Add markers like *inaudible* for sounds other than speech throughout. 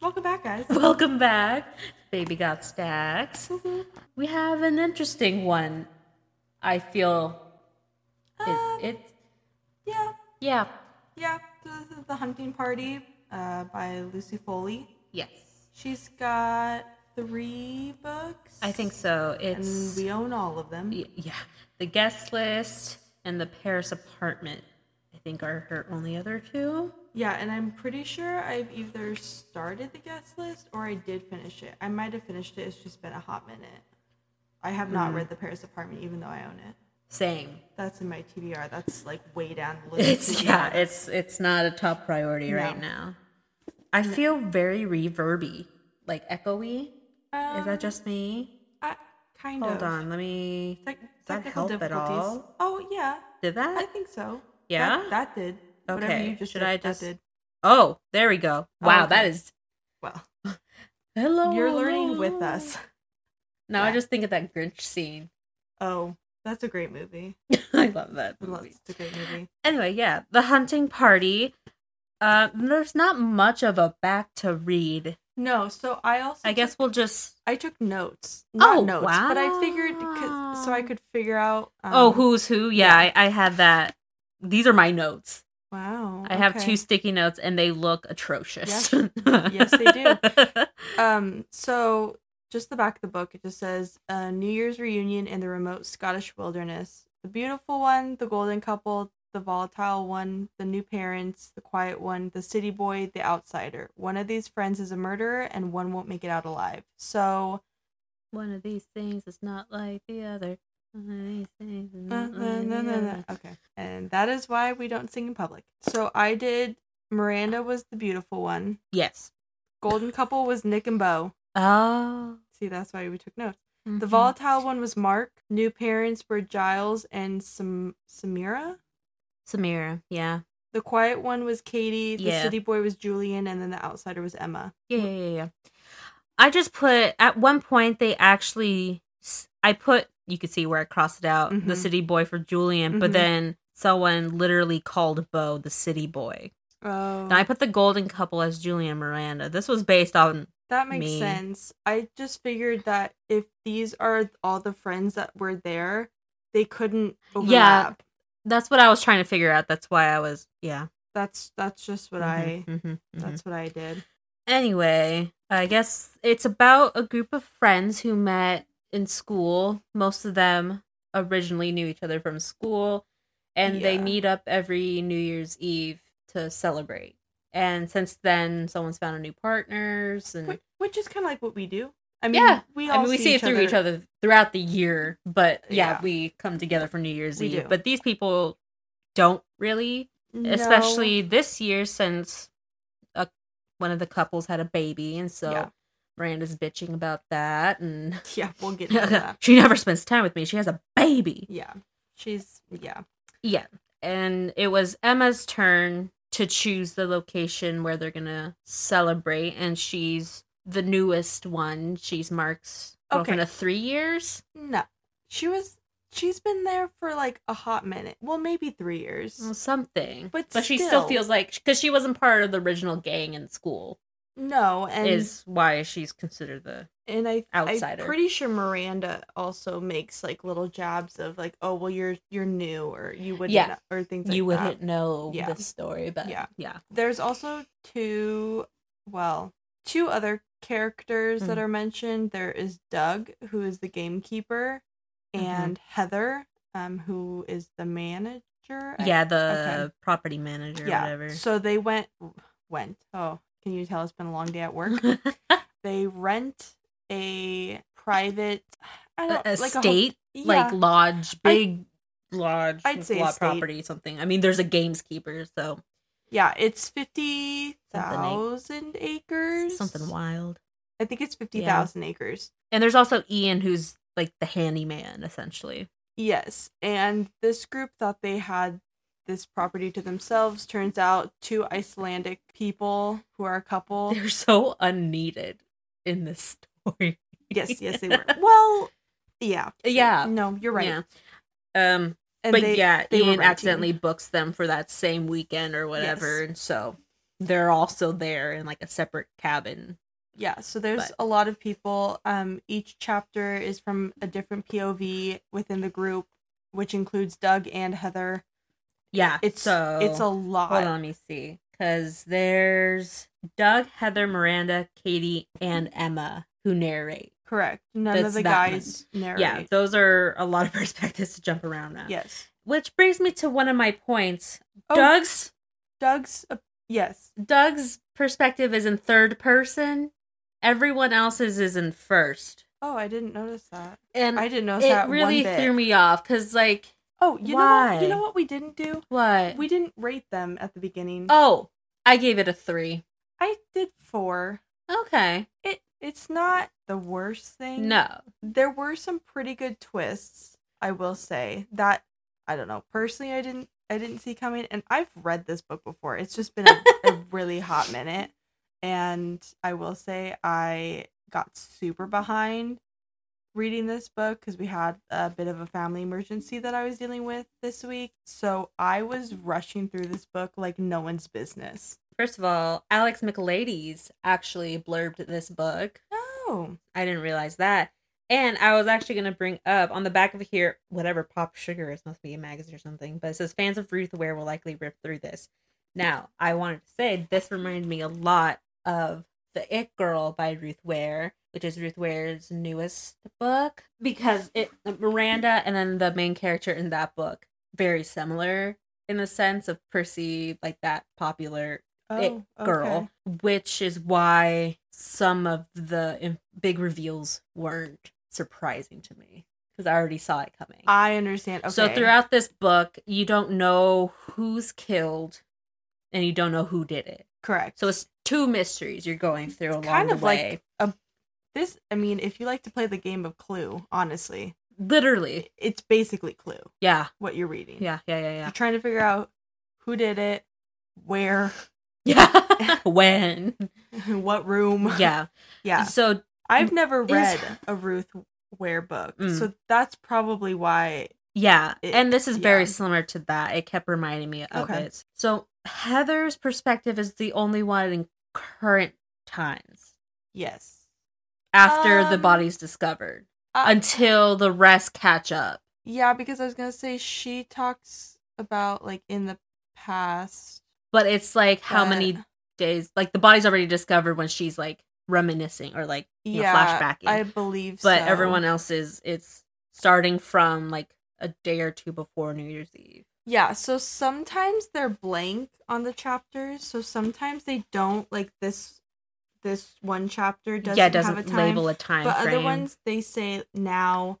Welcome back, *laughs* guys. Welcome back, Baby Got Stacks. We have an interesting one. I feel Um, it. it yeah, yeah. yeah. So this is the hunting party uh, by Lucy Foley. Yes. She's got three books, I think so. and It's we own all of them. y- yeah. The guest list and the Paris apartment. I think are her only other two. Yeah, and I'm pretty sure I've either started the guest list or I did finish it. I might have finished it. It's just been a hot minute. I have Mm-hmm. not read the Paris Apartment, even though I own it. Same. *laughs* That's in my TBR. That's like way down the list. It's yeah. It's it's not a top priority right No. now. I feel very reverby, like echoey. Is that just me? Uh, Um, kind Hold of. on, let me. Tec- that technical help at difficulties. all? Oh yeah, Did I that? think so. Yeah? that, that did. Whatever Okay, you just should did, I that just- did. Oh, there we go. Wow, that okay. is Well, hello. you're learning with hello. us. Now I Yeah. just think of that Grinch scene. *laughs* Oh, that's a great movie. I love that I love- movie. It's a great movie. Anyway, yeah, the hunting party. Uh, there's not much of a back to read. No, so I also I guess we'll just. I took notes. Not Oh, notes, but I figured 'cause- so I wow. could figure out. Um, oh, who's who? Yeah, I, I had that. These are my notes. Wow. I have okay. two sticky notes, and they look atrocious. *laughs* Yes, they do. do. Um, so just the back of the book, it just says uh, New Year's reunion in the remote Scottish wilderness. The beautiful one, the golden couple, the volatile one, the new parents, the quiet one, the city boy, the outsider. One of these friends is a murderer, and one won't make it out alive. So *laughs* One of these things is not like the other. One of these things is Uh, not no, like no, the no, no. other. Okay. And that is why we don't sing in public. So I did Miranda was the beautiful one. Yes. Golden couple was Nick and Bo. Oh. See, that's why we took notes. The mhm. volatile one was Mark. New parents were Giles and Sam- Samira. Samira. Yeah. The quiet one was Katie. The Yeah. city boy was Julian. And then the outsider was Emma. Yeah, yeah, yeah, yeah. I just put at one point they actually s- I put you could see where I crossed it out the Mhm. city boy for Julian, but Mhm. then someone literally called Bo the city boy. Oh, And I put the golden couple as Julian Miranda. This was based on that makes me. sense. I just figured that if these are all the friends that were there, they couldn't Yeah. overlap. that's what I was trying to figure out. That's why I was yeah. That's that's just what mhm, I mhm, mhm. That's what I did. anyway, I guess it's about a group of friends who met in school. Most of them originally knew each other from school, and they Yeah. meet up every New Year's Eve to celebrate. And since then, someone's found a new partners, and Wh- Which is kind of like what we do. I mean, Mm-hmm. Yeah. we all I mean, we see, it through each other throughout the year. But yeah, Yeah. we come together for New Year's We Eve. do. But these people don't really, No. especially this year since a, one of the couples had a baby, and so. Yeah. Miranda's bitching about that, and *laughs* *laughs* yeah, we'll get to that. she never spends time with me. She has a baby. Yeah, she's yeah. Yeah. And it was Emma's turn to choose the location where they're going to celebrate. And she's the newest one. She's Mark's girlfriend Okay. of three years. No, she was. She's been there for like a hot minute. Well, maybe three Well, years. Something. But she still. still feels like, because she wasn't part of the original gang in school, No, and is why she's considered the. and I outsider. I'm pretty sure Miranda also makes like little jabs of like, oh well, you're you're new or you wouldn't Yeah. know- or things like you that. wouldn't know Yeah. this story, but Yeah. yeah. There's also two, well, two other characters that Mhm. are mentioned. There is Doug, who is the gamekeeper, Mm-hmm. and Heather, um, who is the manager. I- Yeah, the okay. property manager, or yeah. whatever. *laughs* So they went, went. Oh, can you tell it's been a long day at work? *laughs* they rent a private, I a don't a like state a whole, like yeah, lodge I- big lodge I'd say lot estate. property something i mean there's a gameskeeper so yeah, it's fifty thousand acres. something wild I think it's fifty thousand acres. and there's also ian who's like the handyman essentially Yes, and this group thought they had this property to themselves. Turns out, two Icelandic people who are a couple. *laughs* they're so unneeded in this story yes, yes, they were. Well, yeah, *laughs* yeah no, you're right. Uh, yeah um And but they, yeah they were ian renting. accidentally books them for that same weekend or whatever Yes. and so they're also there in like a separate cabin. Yeah, so there's But- a lot of people. Um, each chapter is from a different POV within the group, which includes Doug and Heather. Yeah, It's so it's a lot. Hold on, let me see. Because there's Doug, Heather, Miranda, Katie, and Emma who narrate. Correct. None of That's the that guys narrate. Yeah, those are a lot of *laughs* perspectives to jump around on. yes. Which brings me to one of my points. Oh, Doug's Doug's. uh, yes. Doug's perspective is in third person. Everyone else's is in first. Oh, I didn't notice that. And I didn't notice Mm, it that one really bit. threw me off because like Oh, you know what? Why? You know what we didn't do? what? We didn't rate them at the beginning. oh, I gave it a three. I did four. Okay. It it's not the worst thing. No. there were some pretty good twists. I will say that I don't know personally. I didn't I didn't see coming, and I've read this book before. It's just been a, *laughs* a really hot minute, and I will say I got super behind reading this book because we had a bit of a family emergency that I was dealing with this week. So I was rushing through this book like no one's business. First of all, Alex McLady's actually blurbed this book. Oh, I didn't realize that. And I was actually going to bring up on the back of here, whatever Pop Sugar is, must be a magazine or something, but it says fans of Ruth Ware will likely rip through this. Now, I wanted to say this reminded me a lot of The It Girl by Ruth Ware, which is Ruth Ware's newest book, because it Miranda and then the main character in that book, very similar in the sense of Percy, like that popular oh, it girl, which is why some of the in- big reveals weren't surprising to me because I already saw it coming. I understand. Ah, Okay. So throughout this book, you don't know who's killed, and you don't know who did it. correct. So it's two mysteries you're going through along kind the of like way. this i mean if you like to play the game of clue honestly Literally, it's basically clue yeah, what you're reading yeah, yeah, yeah, yeah, you're trying to figure out who did it where *laughs* yeah. *laughs* when, what room yeah. *laughs* yeah So i've never Is- read a ruth ware book Mm. so that's probably why Yeah, It- and this is very yeah. similar to that. It kept reminding me of Okay. it. So Heather's perspective is the only one in current times yes after the Um, body's discovered uh, until the rest catch up. yeah because i was gonna say she talks about like in the past But it's like how many but- days? Like the body's already discovered when she's like reminiscing or like you know, yeah flashbacking. i believe but so. everyone else is it's starting from like a day or two before New Year's Eve. Yeah, so sometimes they're blank on the chapters, so sometimes they don't like this this one chapter doesn't, yeah, it doesn't have a time, label a time but frame. other ones they say now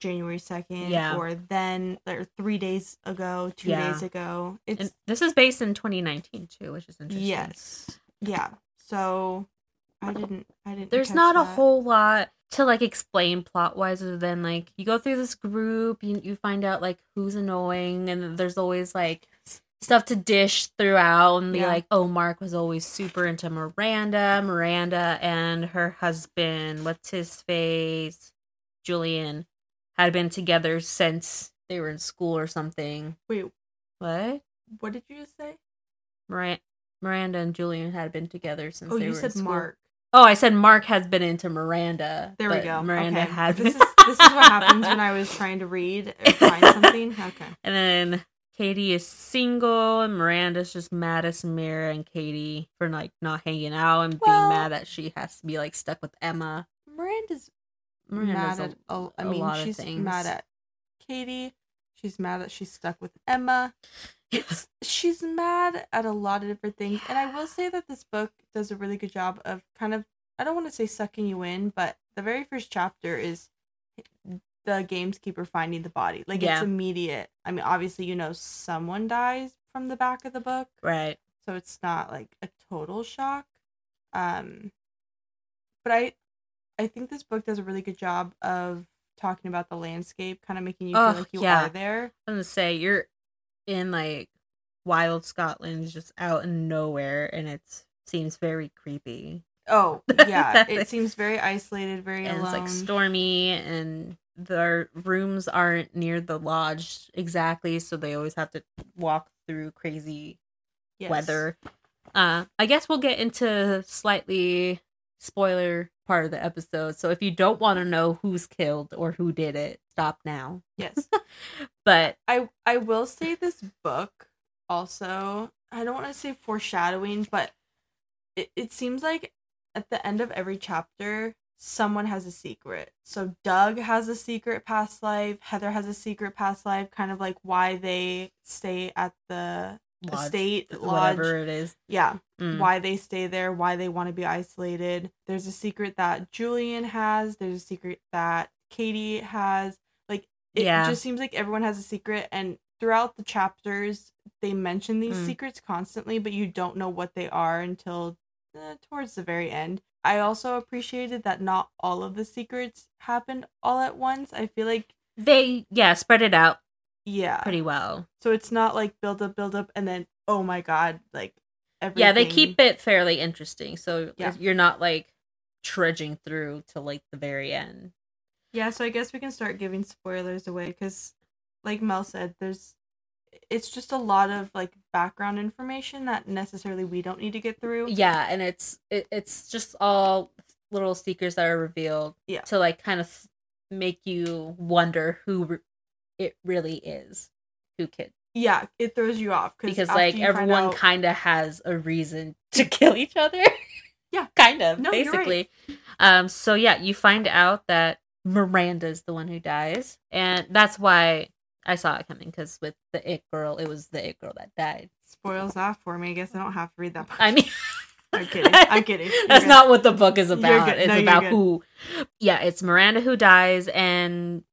January 2nd Yeah. or then or 3 days ago, 2 Yeah. days ago. It's And this is based in 2019 too, which is interesting. yes. Yeah. So I didn't I didn't There's catch not a that. whole lot to like explain plot wise other than like you go through this group, you you find out like who's annoying and there's always like stuff to dish throughout and be Yeah. like, oh Mark was always super into Miranda, Miranda and her husband, what's his face? Julian had been together since they were in school or something. Wait, What? what did you just say? Miranda Miranda and Julian had been together since Oh, they you were in said school. Mark. Oh, I said Mark has been into Miranda. There we but go. Miranda okay. has. This is this is what happens *laughs* when I was trying to read or find something. Okay. And then Katie is single, and Miranda's just mad at Samira and Katie for like not hanging out and Well- being mad that she has to be like stuck with Emma. Miranda's Miranda's mad at a- a, I a mean lot of she's things. mad at Katie. She's mad that she's stuck with Emma. It's she's mad at a lot of different things. And I will say that this book does a really good job of kind of I don't want to say sucking you in, but the very first chapter is the gameskeeper finding the body. Like Yeah. it's immediate. I mean, obviously you know someone dies from the back of the book, *laughs* right. so it's not like a total shock um but i i think this book does a really good job of talking about the landscape kind of making you Oh, feel like you yeah. are there I'm gonna say you're in like wild Scotland, just out in nowhere, and it seems very creepy. oh yeah *laughs* it seems very isolated very and alone it's like stormy and their rooms aren't near the lodge exactly so they always have to walk through crazy Yes. weather Uh, I guess we'll get into slightly spoiler part of the episode. So if you don't want to know who's killed or who did it, stop now. Yes. But I I will say this book also. I don't want to say foreshadowing, but it, it seems like at the end of every chapter, someone has a secret. So Doug has a secret past life. Heather has a secret past life. Kind of like why they stay at the Lodge, estate lodge. whatever it is, Yeah, Mm. why they stay there, why they want to be isolated. There's a secret that Julian has. There's a secret that Katie has. Like it Yeah. just seems like everyone has a secret, and throughout the chapters, they mention these Mm. secrets constantly, but you don't know what they are until eh, towards the very end. I also appreciated that not all of the secrets happened all at once. I feel like they yeah spread it out yeah, pretty well. so it's not like build up, build up, and then oh my god, like everything. Yeah, they keep it fairly interesting, so Yeah. you're not like trudging through to like the very end. Yeah, so I guess we can start giving spoilers away because, like Mel said, there's it's just a lot of like background information that necessarily we don't need to get through. Yeah, and it's it, it's just all little secrets that are revealed Yeah. to like kind of make you wonder who re- it really is, who kid Yeah, it throws you off because after like you find everyone out- kind of has a reason *laughs* to kill each other. Yeah. *laughs* kind of No, you're right. basically. Um so yeah, you find out that Miranda's the one who dies and that's why I saw it coming cuz with the it girl, it was the it girl that died. spoils that for me. I guess I don't have to read that. Book. I mean I'm kidding. *laughs* I'm kidding. You're That's good. not what the book is You're about. good. It's No, you're about good. who Yeah, it's Miranda who dies and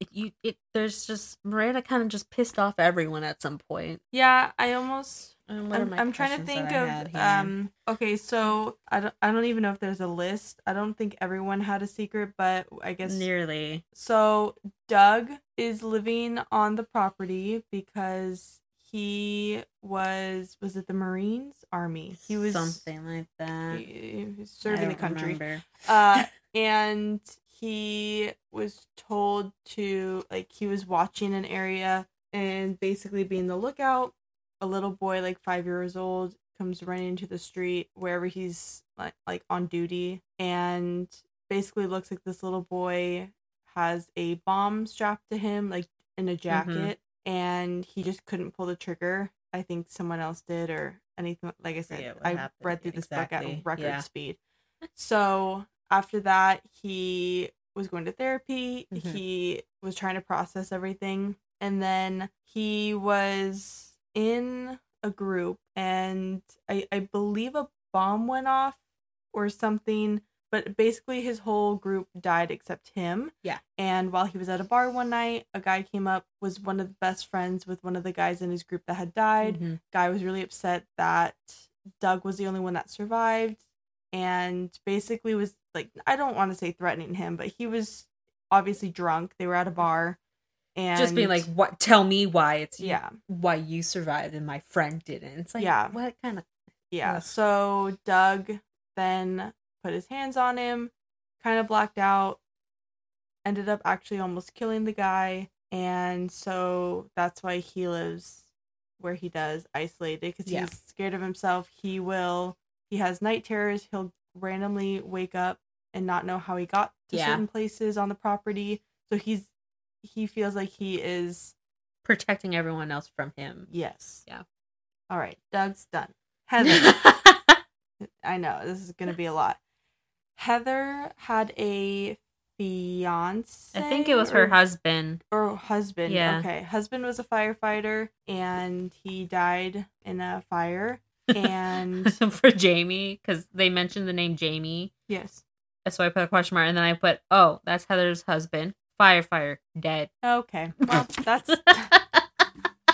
it, you it there's just Miranda kind of just pissed off everyone at some point. Yeah, I almost. Um, what are I'm, my I'm trying to think questions that I had of. here? Um. Okay, so I don't. I don't even know if there's a list. I don't think everyone had a secret, but I guess nearly So Doug is living on the property because he was was it the Marines Army? He was something like that. he- he was I serving the don't country. remember. Uh and he was told to like he was watching an area and basically being the lookout. A little boy like 5 years old comes running into the street wherever he's like, like on duty and basically looks like this little boy has a bomb strapped to him like in Mm-hmm. a jacket and he just couldn't pull the trigger. I think someone else did or anything like I said Forget what I happened. read through Yeah, this book exactly. at record Yeah. speed. So after that, he was going to therapy. Mhm. He was trying to process everything. And then he was in a group, and I, I believe a bomb went off or something. But basically, his whole group died except him. Yeah. And while he was at a bar one night, a guy came up, was one of the best friends with one of the guys in his group that had died Mhm. guy was really upset that Doug was the only one that survived and basically was like I don't want to say threatening him, but he was obviously drunk. They were at a bar and Just being like, what? Tell me why it's you- yeah, why you survived and my friend didn't. It's like, Yeah. what kind of yeah. Ugh. So Doug then put his hands on him, kind of blacked out, ended up actually almost killing the guy and so that's why he lives where he does isolated because Yeah. he's scared of himself he will he has night terrors he'll randomly wake up and not know how he got to Yeah. certain places on the property so he's he feels like he is protecting everyone else from him? yes Yeah. all right doug's *laughs* done heather yeah, I know this is gonna be a lot. Heather had a fiance. I think it was her or- husband. or husband. Yeah. Okay, husband was a firefighter, and he died in a *laughs* fire. And for Jamie, because they mentioned the name Jamie, yes, so I put a question mark, and then I put, "Oh, that's Heather's husband, firefighter, dead." okay. Well, *laughs* that's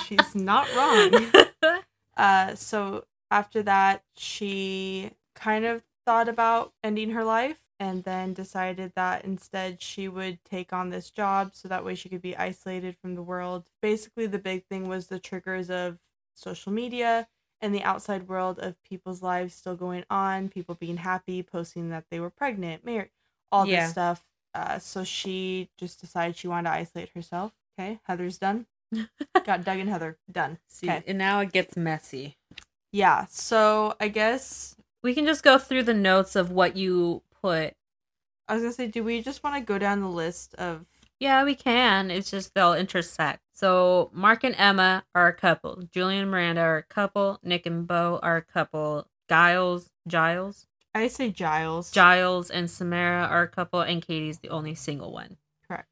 she's not wrong. Uh, so after that, she kind of thought about ending her life and then decided that instead she would take on this job so that way she could be isolated from the world. Basically, the big thing was the triggers of social media and the outside world of people's lives still going on, people being happy, posting that they were pregnant, married, all Yeah. this stuff. Uh, so she just decided she wanted to isolate herself. Okay, Heather's done. Got Doug and Heather done. See, Okay. and now it gets messy. Yeah, so I guess We can just go through the notes of what you put. I was gonna say, do we just want to go down the list of? Yeah, we can. It's just they'll intersect. So Mark and Emma are a couple. Julian and Miranda are a couple. Nick and Bo are a couple. Giles, Giles, I say Giles. Giles and Samara are a couple, and Katie's the only single one. Correct.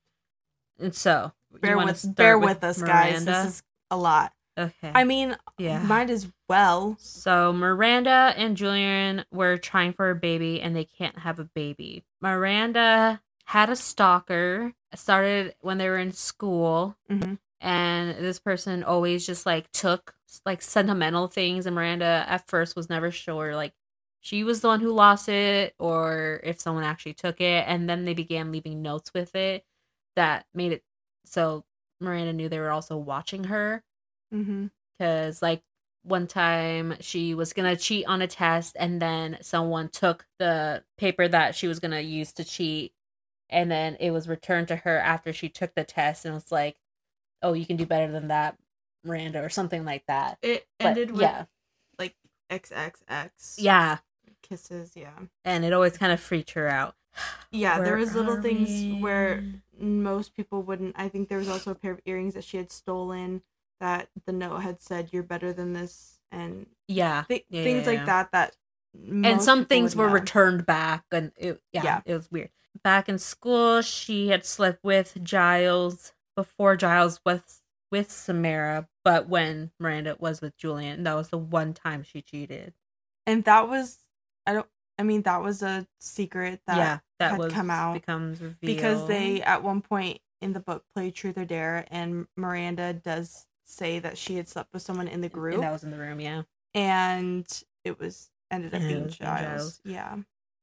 And so you bear wanna with start bear with, us, guys. Miranda? This is a lot. okay. I mean, yeah. might as well. So Miranda and Julian were trying for a baby and they can't have a baby. Miranda had a stalker, started when they were in school, Mhm. and this person always just like took like sentimental things and Miranda at first was never sure like she was the one who lost it or if someone actually took it and then they began leaving notes with it that made it so Miranda knew they were also watching her hmm because like one time she was gonna cheat on a test and then someone took the paper that she was gonna use to cheat and then it was returned to her after she took the test and was like oh you can do better than that miranda or something like that It But, ended with yeah XXX. yeah Kisses, yeah. and it always kind of freaked her out Yeah, there Where was little are things we? where most people wouldn't. I think there was also a pair of earrings that she had stolen that the note had said, "You're better than this," and yeah th- Yeah, things yeah, like yeah. that. That and most some people things were wouldn't know. returned back and it, yeah, Yeah. it was weird back in school she had slept with giles before giles was with samara but when miranda was with julian that was the one time she cheated And that was, I don't. I mean, that was a secret that yeah that had was come out becomes revealed because they at one point in the book play Truth or Dare, and Miranda does say that she had slept with someone in the group, and and, that was in the room yeah it was ended up And it being was being Giles. Yeah.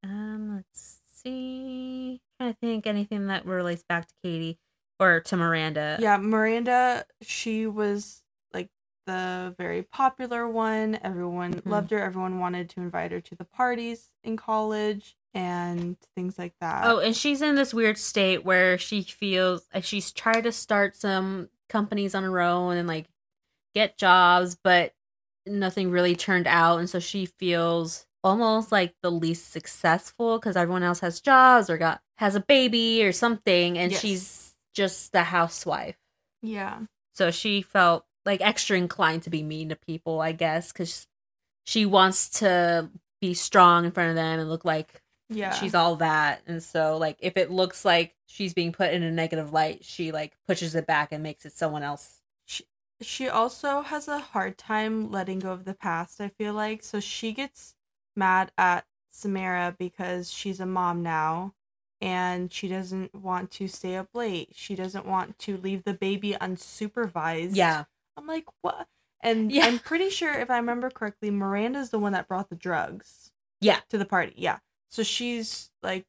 um let's see i think anything that relates back to katie or to miranda yeah miranda she was like the very popular one everyone Mhm. loved her everyone wanted to invite her to the parties in college and things like that Oh, and she's in this weird state where she feels like she's tried to start some companies on her own and like get jobs, but nothing really turned out. And so she feels almost like the least successful because everyone else has jobs or got has a baby or something, and Yes. she's just the housewife. yeah So she felt like extra inclined to be mean to people, I guess, because she wants to be strong in front of them and look like yeah she's all that and so like if it looks like she's being put in a negative light she like pushes it back and makes it someone else she also has a hard time letting go of the past i feel like so she gets mad at samara because she's a mom now and she doesn't want to stay up late she doesn't want to leave the baby unsupervised yeah I'm like, what? And Yeah. I'm pretty sure, if I remember correctly, Miranda's the one that brought the drugs. Yeah. To the party. Yeah. So she's like,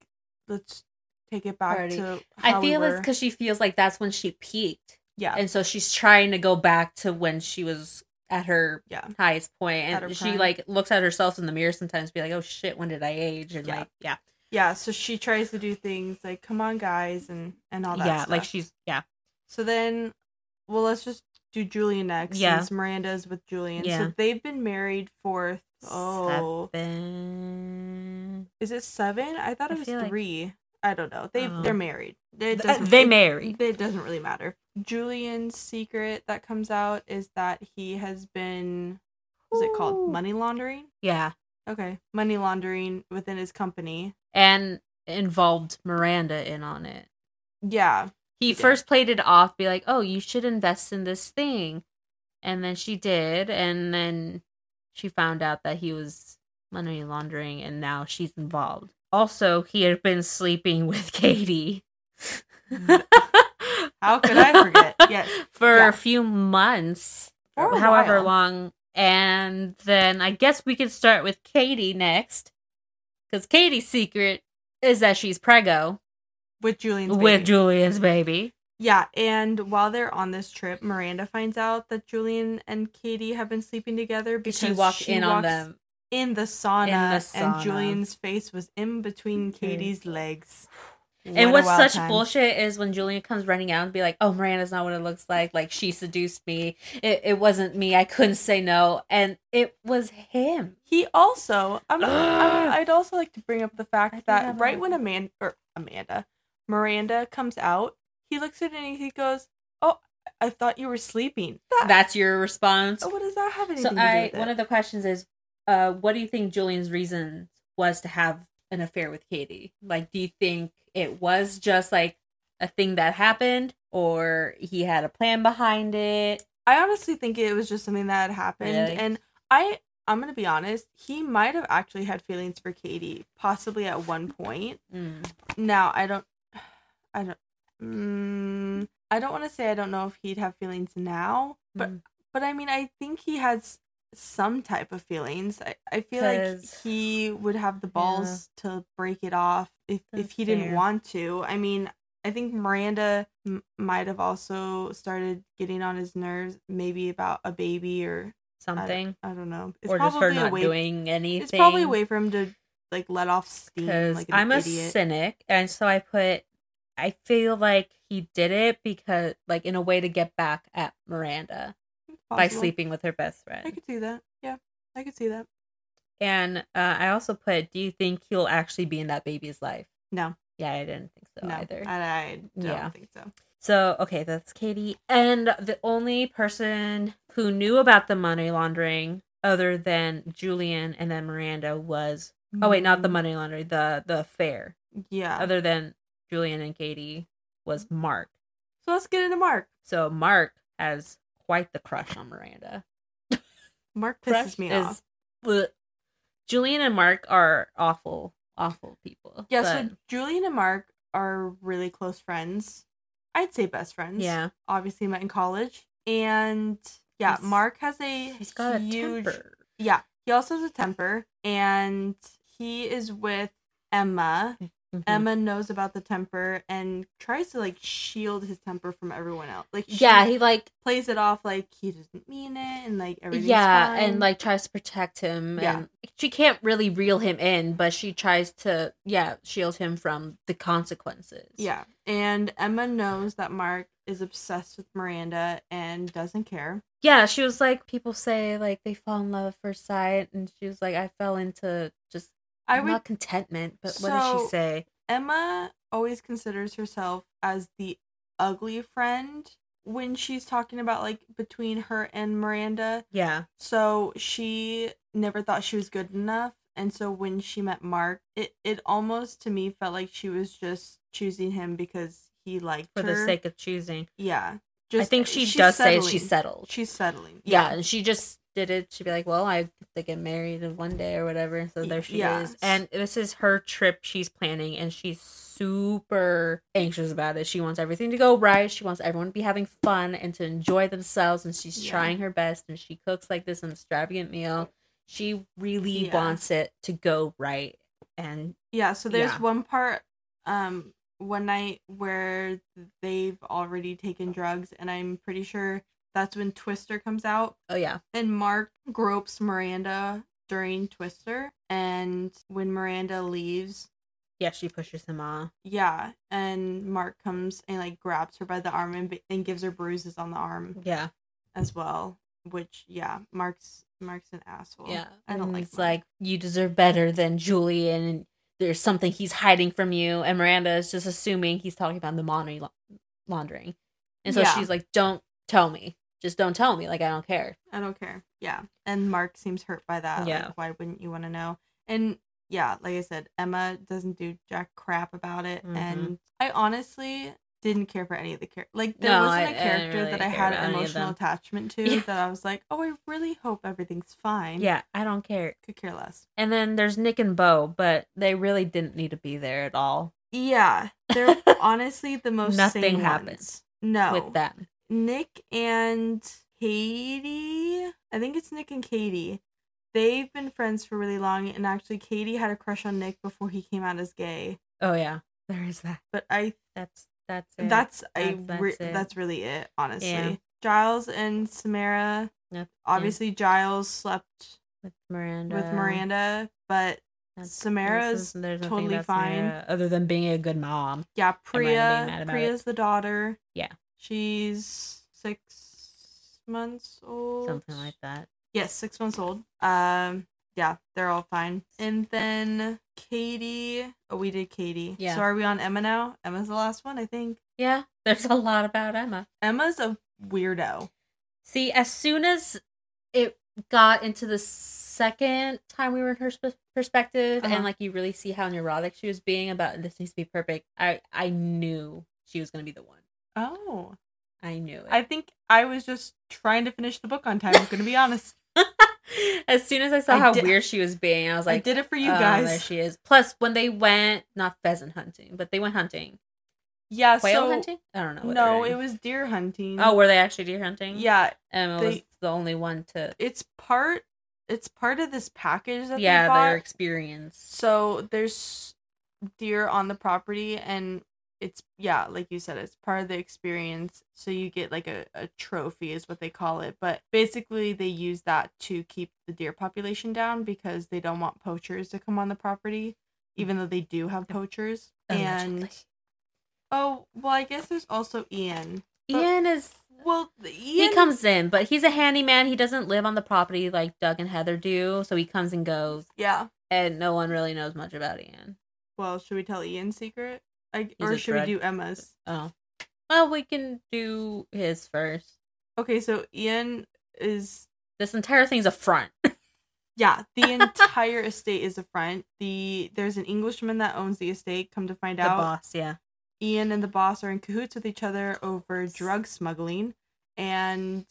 let's take it back Party. to. i how we feel it's were." because she feels like that's when she peaked Yeah. and so she's trying to go back to when she was at her yeah. highest point At her and she prime. like looks at herself in the mirror sometimes be like oh shit when did i age and Yeah. like yeah Yeah. So she tries to do things like, come on, guys, and and all that. yeah stuff. like she's yeah So then, well, let's just do Julian next. Yeah. Since Miranda's with Julian. Yeah. So they've been married for, oh, Seven. is it seven? I thought I it was feel like- three. I don't know. They Oh. they're married. It Th- doesn't- they it- married. It doesn't really matter. Julian's secret that comes out is that he has been what's it called? Ooh. Money laundering? yeah Okay. Money laundering within his company. and involved miranda in on it *laughs* Yeah. he She did. first played it off be like oh you should invest in this thing and then she did and then she found out that he was money laundering and now she's involved also he had been sleeping *laughs* with katie Mm. How could I *laughs* forget? Yes. for Yeah. a few months For a however while. long and then i guess we could start with katie next because katie's secret is that she's preggo With Julian's with baby. julian's baby Yeah, and while they're on this trip, Miranda finds out that Julian and Katie have been sleeping together because she walked in on walks them. in the sauna, In the and sauna. Julian's face was in between Okay. Katie's legs. And What a what's wild such time. bullshit is when Julia comes running out and be like, "Oh, Miranda's not what it looks like. Like she seduced me. It, it wasn't me. I couldn't say no, and it was him." He also, I'm, Ugh. I'm, *gasps* I'd also like to bring up the I fact think I that right might- when Amanda or Amanda, Miranda comes out, he looks at it and he goes, "Oh, I thought you were sleeping." That, That's your response. what does that have anything So to do I with it? one of the questions is, uh, what do you think Julian's reason was to have an affair with Katie? Like, do you think it was just like a thing that happened, or he had a plan behind it? I honestly think it was just something that had happened, Really? and I, I'm gonna be honest, he might have actually had feelings for Katie, possibly at one point. Mm. Now I don't, *sighs* I don't, mm, I don't want to say I don't know if he'd have feelings now, but Mm. but I mean I think he has some type of feelings. I, I feel like 'Cause- he would have the balls to break it off if if That's he didn't fair. want to. I mean I think Miranda m- might have also started getting on his nerves, maybe about a baby or Something, I don't know. It's or just her probably a not way- doing anything. It's probably a way for him to like let off steam. because Like an I'm a idiot. cynic, and so I put. I feel like he did it because, like, in a way to get back at Miranda by Possible. sleeping with her best friend. I could see that. Yeah, I could see that. And uh, I also put, do you think he'll actually be in that baby's life? No. Yeah, I didn't think so no, either. I, I don't Yeah. think so. so, okay, that's Katie. And the only person who knew about the money laundering other than Julian and then Miranda was, oh, wait, not the Mm, Oh. money laundering, the, the affair, Yeah. other than Julian and Katie was Mm-hmm. Mark. so let's get into Mark. So, Mark has quite the crush on Miranda. Mark Crush pisses me is- off. Blech. Julian and Mark are awful, awful people. Yeah. but- So Julian and Mark are really close friends. I'd say best friends. yeah, Obviously met in college, and yeah, He's- Mark has a he's got huge. a temper. Yeah, he also has a temper, and he is with Emma. Mhm. Emma knows about the temper and tries to like shield his temper from everyone else. Like she- yeah, he like plays it off like he doesn't mean it and like everything's yeah, fine. and like tries to protect him. Yeah. and she can't really reel him in, but she tries to yeah shield him from the consequences. yeah and emma knows that mark is obsessed with miranda and doesn't care yeah. She was like, people say like they fall in love at first sight, and she was like, I fell into just i would not contentment, but what did she So- say? emma always considers herself as the ugly friend when she's talking about like between her and miranda Yeah, so she never thought she was good enough and so when she met mark it, it almost to me felt like she was just choosing him because he liked for her the sake of choosing. Yeah. Just I think she she's does say settling. she's settled. she's settling. yeah, and she just did it. She'd be like, "Well, I they get married in one day or whatever." So Y- there she yeah. is, and this is her trip she's planning, and she's super anxious about it. She wants everything to go right. She wants everyone to be having fun and to enjoy themselves, and she's Yeah. trying her best. And she cooks like this extravagant meal. She really Yeah. wants it to go right, and Yeah, so there's Yeah. one part um one night where they've already taken drugs and I'm pretty sure that's when Twister comes out oh yeah, and Mark gropes Miranda during Twister and when Miranda leaves yeah, she pushes him off. yeah, and Mark comes and like grabs her by the arm and, and gives her bruises on the arm Yeah, as well, which yeah, Mark's Mark's an asshole. Yeah, I don't and like It's Mark. like you deserve better than Julian. And there's something he's hiding from you, and Miranda is just assuming he's talking about the money lau- laundering, and so Yeah. she's like, "Don't tell me, just don't tell me. Like I don't care." I don't care. Yeah. And Mark seems hurt by that. Yeah. Yeah. Like, why wouldn't you want to know? And yeah, like I said, Emma doesn't do jack crap about it. Mhm. And I honestly didn't care for any of the characters. Like, there No, I- wasn't I a didn't character really that I care had about any an of emotional them. attachment to *laughs* Yeah. that I was like, oh, I really hope everything's fine. Yeah, I don't care. Could care less. And then there's Nick and Bo, but they really didn't need to be there at all Yeah. They're *laughs* honestly the most Nothing sane happens ones. No. with them. Nick and Katie. I think it's Nick and Katie. They've been friends for really long, and actually, Katie had a crush on Nick before he came out as gay. Oh yeah, there is that. But I That's that's it. that's I That's- re- that's it. that's really it, honestly. Yeah. Giles and Samara. Yep, Obviously, Giles slept with Miranda. with Miranda, but That's- Samara's there's nothing totally about fine. Samara other than being a good mom. Yeah, being mad Priya. about it. Priya's the daughter. Yeah. She's six months old. Something like that. Yes, six months old. Um, yeah, they're all fine. And then Katie. Oh, we did Katie. Yeah. So are we on Emma now? Emma's the last one, I think. Yeah, there's a lot about Emma. Emma's a weirdo. See, as soon as it got into the second time we were in her sp- perspective, Uh-huh. and like you really see how neurotic she was being about this needs to be perfect, I I knew she was gonna be the one. Oh. I knew it. I think I was just trying to finish the book on time. I'm gonna be honest. *laughs* as soon as I saw I how did- weird she was being, I was I *laughs* like, did it for you "Oh, guys. there she is." Plus, when they went not pheasant hunting, but they went hunting, yeah. quail so hunting. I don't know. what they were no, doing. it was deer hunting. Oh, were they actually deer hunting? yeah. Emma they- was the only one to. It's part. It's part of this package that Yeah, they bought. their experience. So there's deer on the property, and it's yeah, like you said, it's part of the experience. So you get like a, a trophy, is what they call it. But basically, they use that to keep the deer population down because they don't want poachers to come on the property, even though they do have poachers. Allegedly. And oh, well, I guess there's also Ian. but- Ian is. Well, the- He Ian, comes in, but he's a handyman. He doesn't live on the property like Doug and Heather do. So he comes and goes, yeah. and no one really knows much about Ian. Well, should we tell Ian's secret? I, He's or a should drug- we do Emma's? Oh, well, we can do his first. Okay, so Ian is This entire thing's a front. Yeah, the entire estate is a front. The there's an Englishman that owns the estate. Come to find out, The boss, yeah. Ian and the boss are in cahoots with each other over drug smuggling, and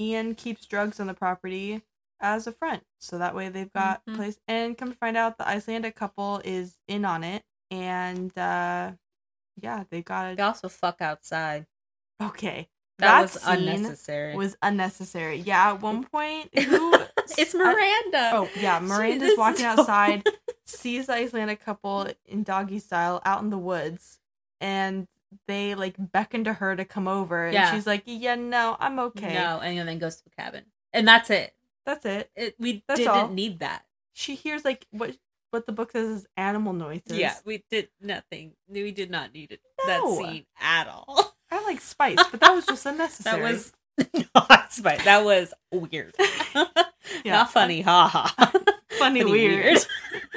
Ian keeps drugs on the property as a front. So that way they've got Mhm. place. And come to find out, the Icelandic couple is in on it, and uh yeah, they got They a also fuck outside. okay. That, That was scene unnecessary. Was unnecessary. Yeah, at one point, *laughs* who it's Miranda. *laughs* Oh yeah, Miranda's this walking is- outside, *laughs* sees the Icelandic couple in doggy style out in the woods, and they like beckon to her to come over, and Yeah. she's like, "Yeah, no, I'm okay. No, and then goes to the cabin, and that's it. That's it." it we That's didn't all. need that. She hears like what what the book says is animal noises. Yeah, we did nothing. We did not need it, No. that scene at all. I like spice, but that was just *laughs* That unnecessary. was not spite. That was weird. *laughs* *laughs* Yeah. Not funny. *laughs* Ha ha. Funny weird. *laughs* *laughs*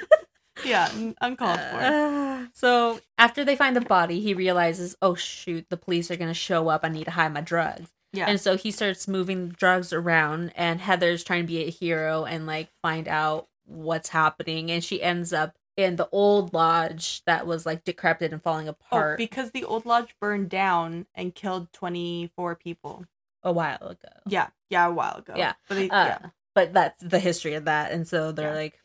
yeah, n- uncalled for. Uh, *sighs* so after they find the body, he realizes, oh shoot, the police are gonna show up. I need to hide my drugs. Yeah. And so he starts moving drugs around, and Heather's trying to be a hero and like find out what's happening, and she ends up in the old lodge that was like decrepit and falling oh, apart because the old lodge burned down and killed twenty four people. a while ago. Yeah, yeah, a while ago. Yeah. but they, Uh, yeah. But that's the history of that, and so they're Yeah. like.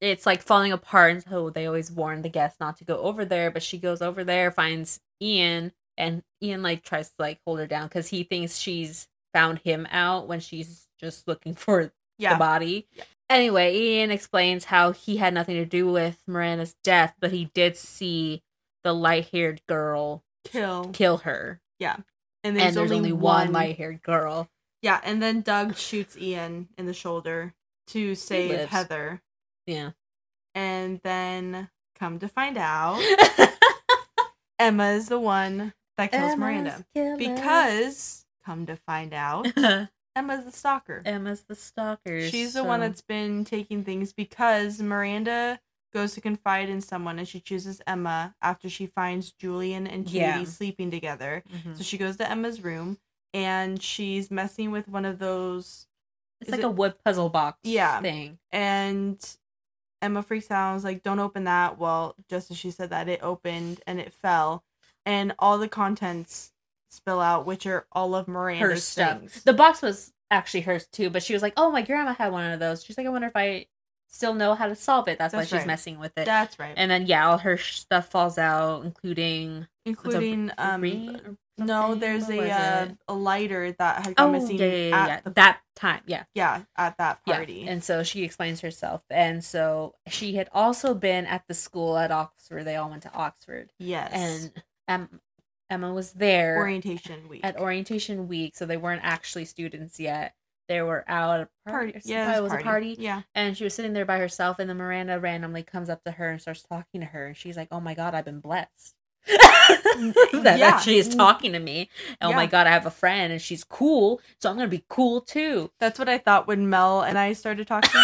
It's like falling apart, and so they always warn the guests not to go over there. But she goes over there, finds Ian, and Ian like tries to like hold her down because he thinks she's found him out when she's just looking *laughs* for the yeah, body. Anyway, Ian explains how he had nothing to do with Miranda's death, but he did see the light-haired girl kill, kill her, and there's, and there's only, one light-haired girl. Yeah, and then Doug shoots Ian in the shoulder to save lives. Heather. Yeah, And then come to find *laughs* out, Emma is the one that kills Miranda. Because, come to find out, *laughs* Because Emma's the stalker. Emma's the stalker. She's the so- one that's been taking things because Miranda goes to confide in someone and she chooses Emma after she finds Julian and Katie Yeah. sleeping together. Mhm. So she goes to Emma's room and she's messing with one of those It's is like it- a wood puzzle box. Yeah. thing. and Emma freaks out. I was like, "Don't open that." Well, just as she said that, it opened and it fell, and all the contents spill out, which are all of Miranda's Her stuff. things. The box was actually hers too, but she was like, "Oh, my grandma had one of those." She's like, "I wonder if I still know how to solve it." That's, That's why she's right. messing with it. That's right, and then yeah, all her sh- stuff falls out, including including a um. ring Oh, or No, something? there's What a was uh, it? a lighter that had gone oh missing yeah, yeah, yeah, at yeah. the that time yeah yeah at that yeah. party. and so she explains herself, and so she had also been at the school at Oxford. They all went to Oxford, yes, and um, Emma was there orientation week. at orientation week, so they weren't actually students yet. They were out at a Party. party. or some- Yeah, it was a party. Yeah. And she was sitting there by herself, and then Miranda randomly comes up to her and starts talking to her. And she's like, Oh my God, I've been blessed. *laughs* that yeah. actually is talking to me. Oh my Yeah. God, I have a friend, and she's cool. So I'm going to be cool too. That's what I thought when Mel and I started *laughs* talking.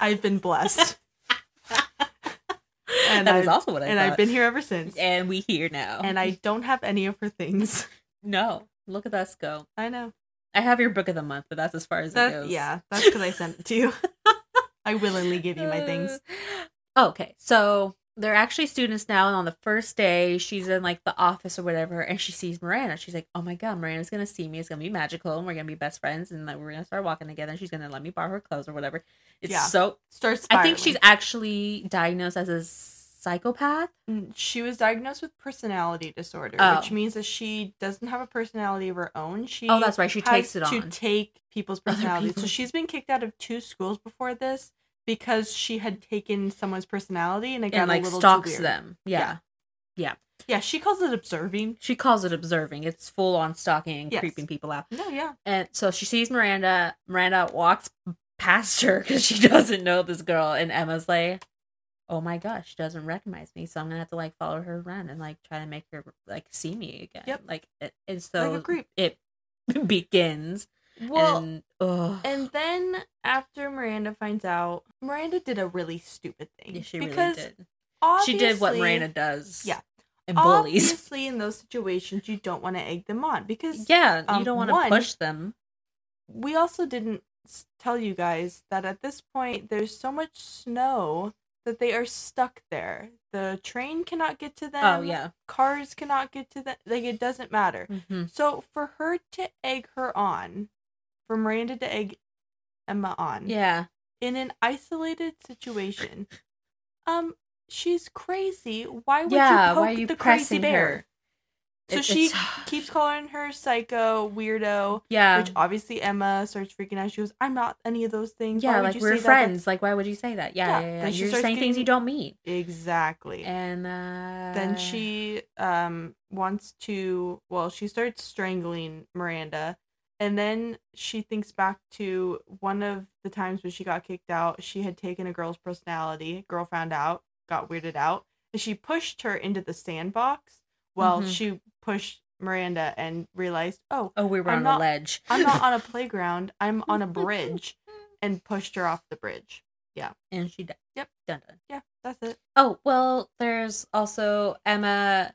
I've been blessed. And that was I- also what I and thought. I've been here ever since. and we here now. And I don't have any of her things. no, look at us go. *laughs* I know. I have your book of the month, but that's as far as it That, goes. yeah, that's because I sent it to *laughs* you. I willingly give you my things. Uh, *laughs* Okay, so they're actually students now, and on the first day, she's in like the office or whatever, and she sees Miranda. She's like, "Oh my god, Miranda's gonna see me. It's gonna be magical, and we're gonna be best friends, and like we're gonna start walking together. And she's gonna let me borrow her clothes or whatever." It's Yeah. so. Starts. I think she's actually diagnosed as a psychopath. Mm, She was diagnosed with personality disorder, which Oh. means that she doesn't have a personality of her own. She Oh, that's right. She takes has it to on. take people's Other personalities. So people's. she's been kicked out of two schools before this because she had taken someone's personality and it got and like a little stalks too weird. them. Yeah. Yeah. Yeah, she calls it observing. She calls it observing. It's full on stalking and Yes. creeping people out. No, yeah, And so she sees Miranda. Miranda walks past her *laughs* because she doesn't know this girl. And Emma's like, "Oh my gosh, she doesn't recognize me. So I'm gonna have to like follow her around and like try to make her like see me again. Yep. Like it, and so like a creep. it *laughs* begins. Well, and, and, ugh. then after Miranda finds out, Miranda did a really stupid thing Yeah, she because really did. She obviously, did what Miranda does. Yeah. and bullies. Obviously, in those situations, you don't want to egg them on because *laughs* Yeah, you um, don't want to one- push them. we also didn't s- tell you guys that at this point there's so much snow that they are stuck there. The train cannot get to them. Oh yeah. Cars cannot get to them. Like it doesn't matter. Mhm. So for her to egg her on, for Miranda to egg Emma on, Yeah. in an isolated situation, um, she's crazy. Why would yeah. you poke Why are you the crazy pressing bear? her? So It- she it's- keeps calling her psycho, weirdo. *sighs* Yeah. Which obviously Emma starts freaking out. She goes, "I'm not any of those things." Why yeah, would like you we're say that? friends. Like, why would you say that? Yeah, Yeah, yeah, yeah. then she You're saying starts things getting- you don't mean. That's- Exactly. And uh, then she um wants to. Well, she starts strangling Miranda, and then she thinks back to one of the times when she got kicked out. She had taken a girl's personality. Girl found out, got weirded out, and she pushed her into the sandbox. Well, Mhm. she pushed Miranda and realized, oh, Oh, we were I'm on not- a ledge. I'm not on a playground. I'm on a bridge, and pushed her off the bridge. *laughs* and she died. Yep. Dun dun. Yeah, that's it. Oh well, there's also Emma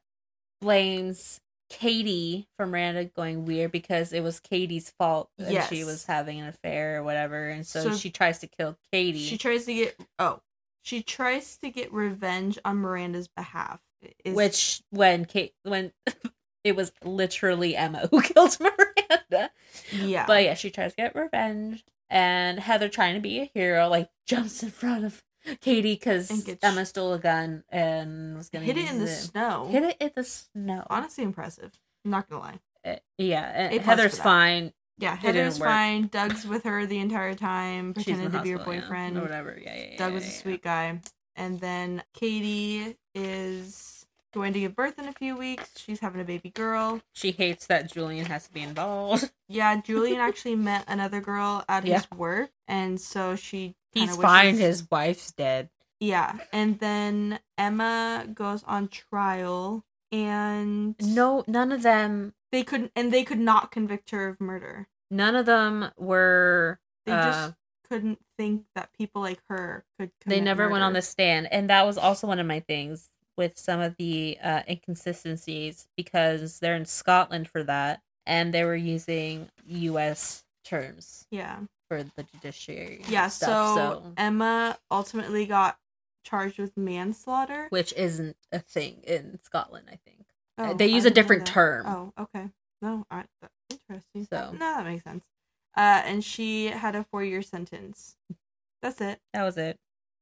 blames Katie for Miranda going weird because it was Katie's fault and she Yes. was having an affair or whatever, and so, So- she tries to kill Katie. She tries to get oh, she tries to get revenge on Miranda's behalf. Is- which when Kate when *laughs* it was literally Emma who *laughs* killed Miranda. yeah, But yeah, she tries to get revenge, and Heather trying to be a hero like *laughs* jumps in front of Katie And because gets- Emma stole a gun and was gonna hit it use in the snow. hit it in the snow. Honestly, impressive. I'm not gonna lie. Uh, yeah, A and plus Heather's for that. fine. Yeah, didn't Heather's work. fine. Doug's with her the entire time, She's in pretending the to be her hospital, yeah, boyfriend. or whatever. Yeah, yeah, yeah. Doug was yeah, a yeah. sweet guy. And then Katie is going to give birth in a few weeks. She's having a baby girl. She hates that Julian has to *laughs* be involved. Yeah, *laughs* Julian actually met another girl at his work, and so she kinda He's fine. wishes- His wife's dead. yeah, and then Emma goes on trial, and No, none of them. they couldn't, and they could not convict her of murder. None of them were. They uh, just couldn't think that people like her could. they commit never went on the murder. stand and that was also one of my things with some of the uh, inconsistencies because they're in scotland for that and they were using us terms Yeah, for the judiciary and yeah. stuff, So, Emma ultimately got charged with manslaughter. which isn't a thing in scotland i think Oh, they I use a didn't know different that. term. Oh, okay. No, I, that, interesting. That- So- no, that makes sense. Uh, and she had a four-year sentence. That's it. that was it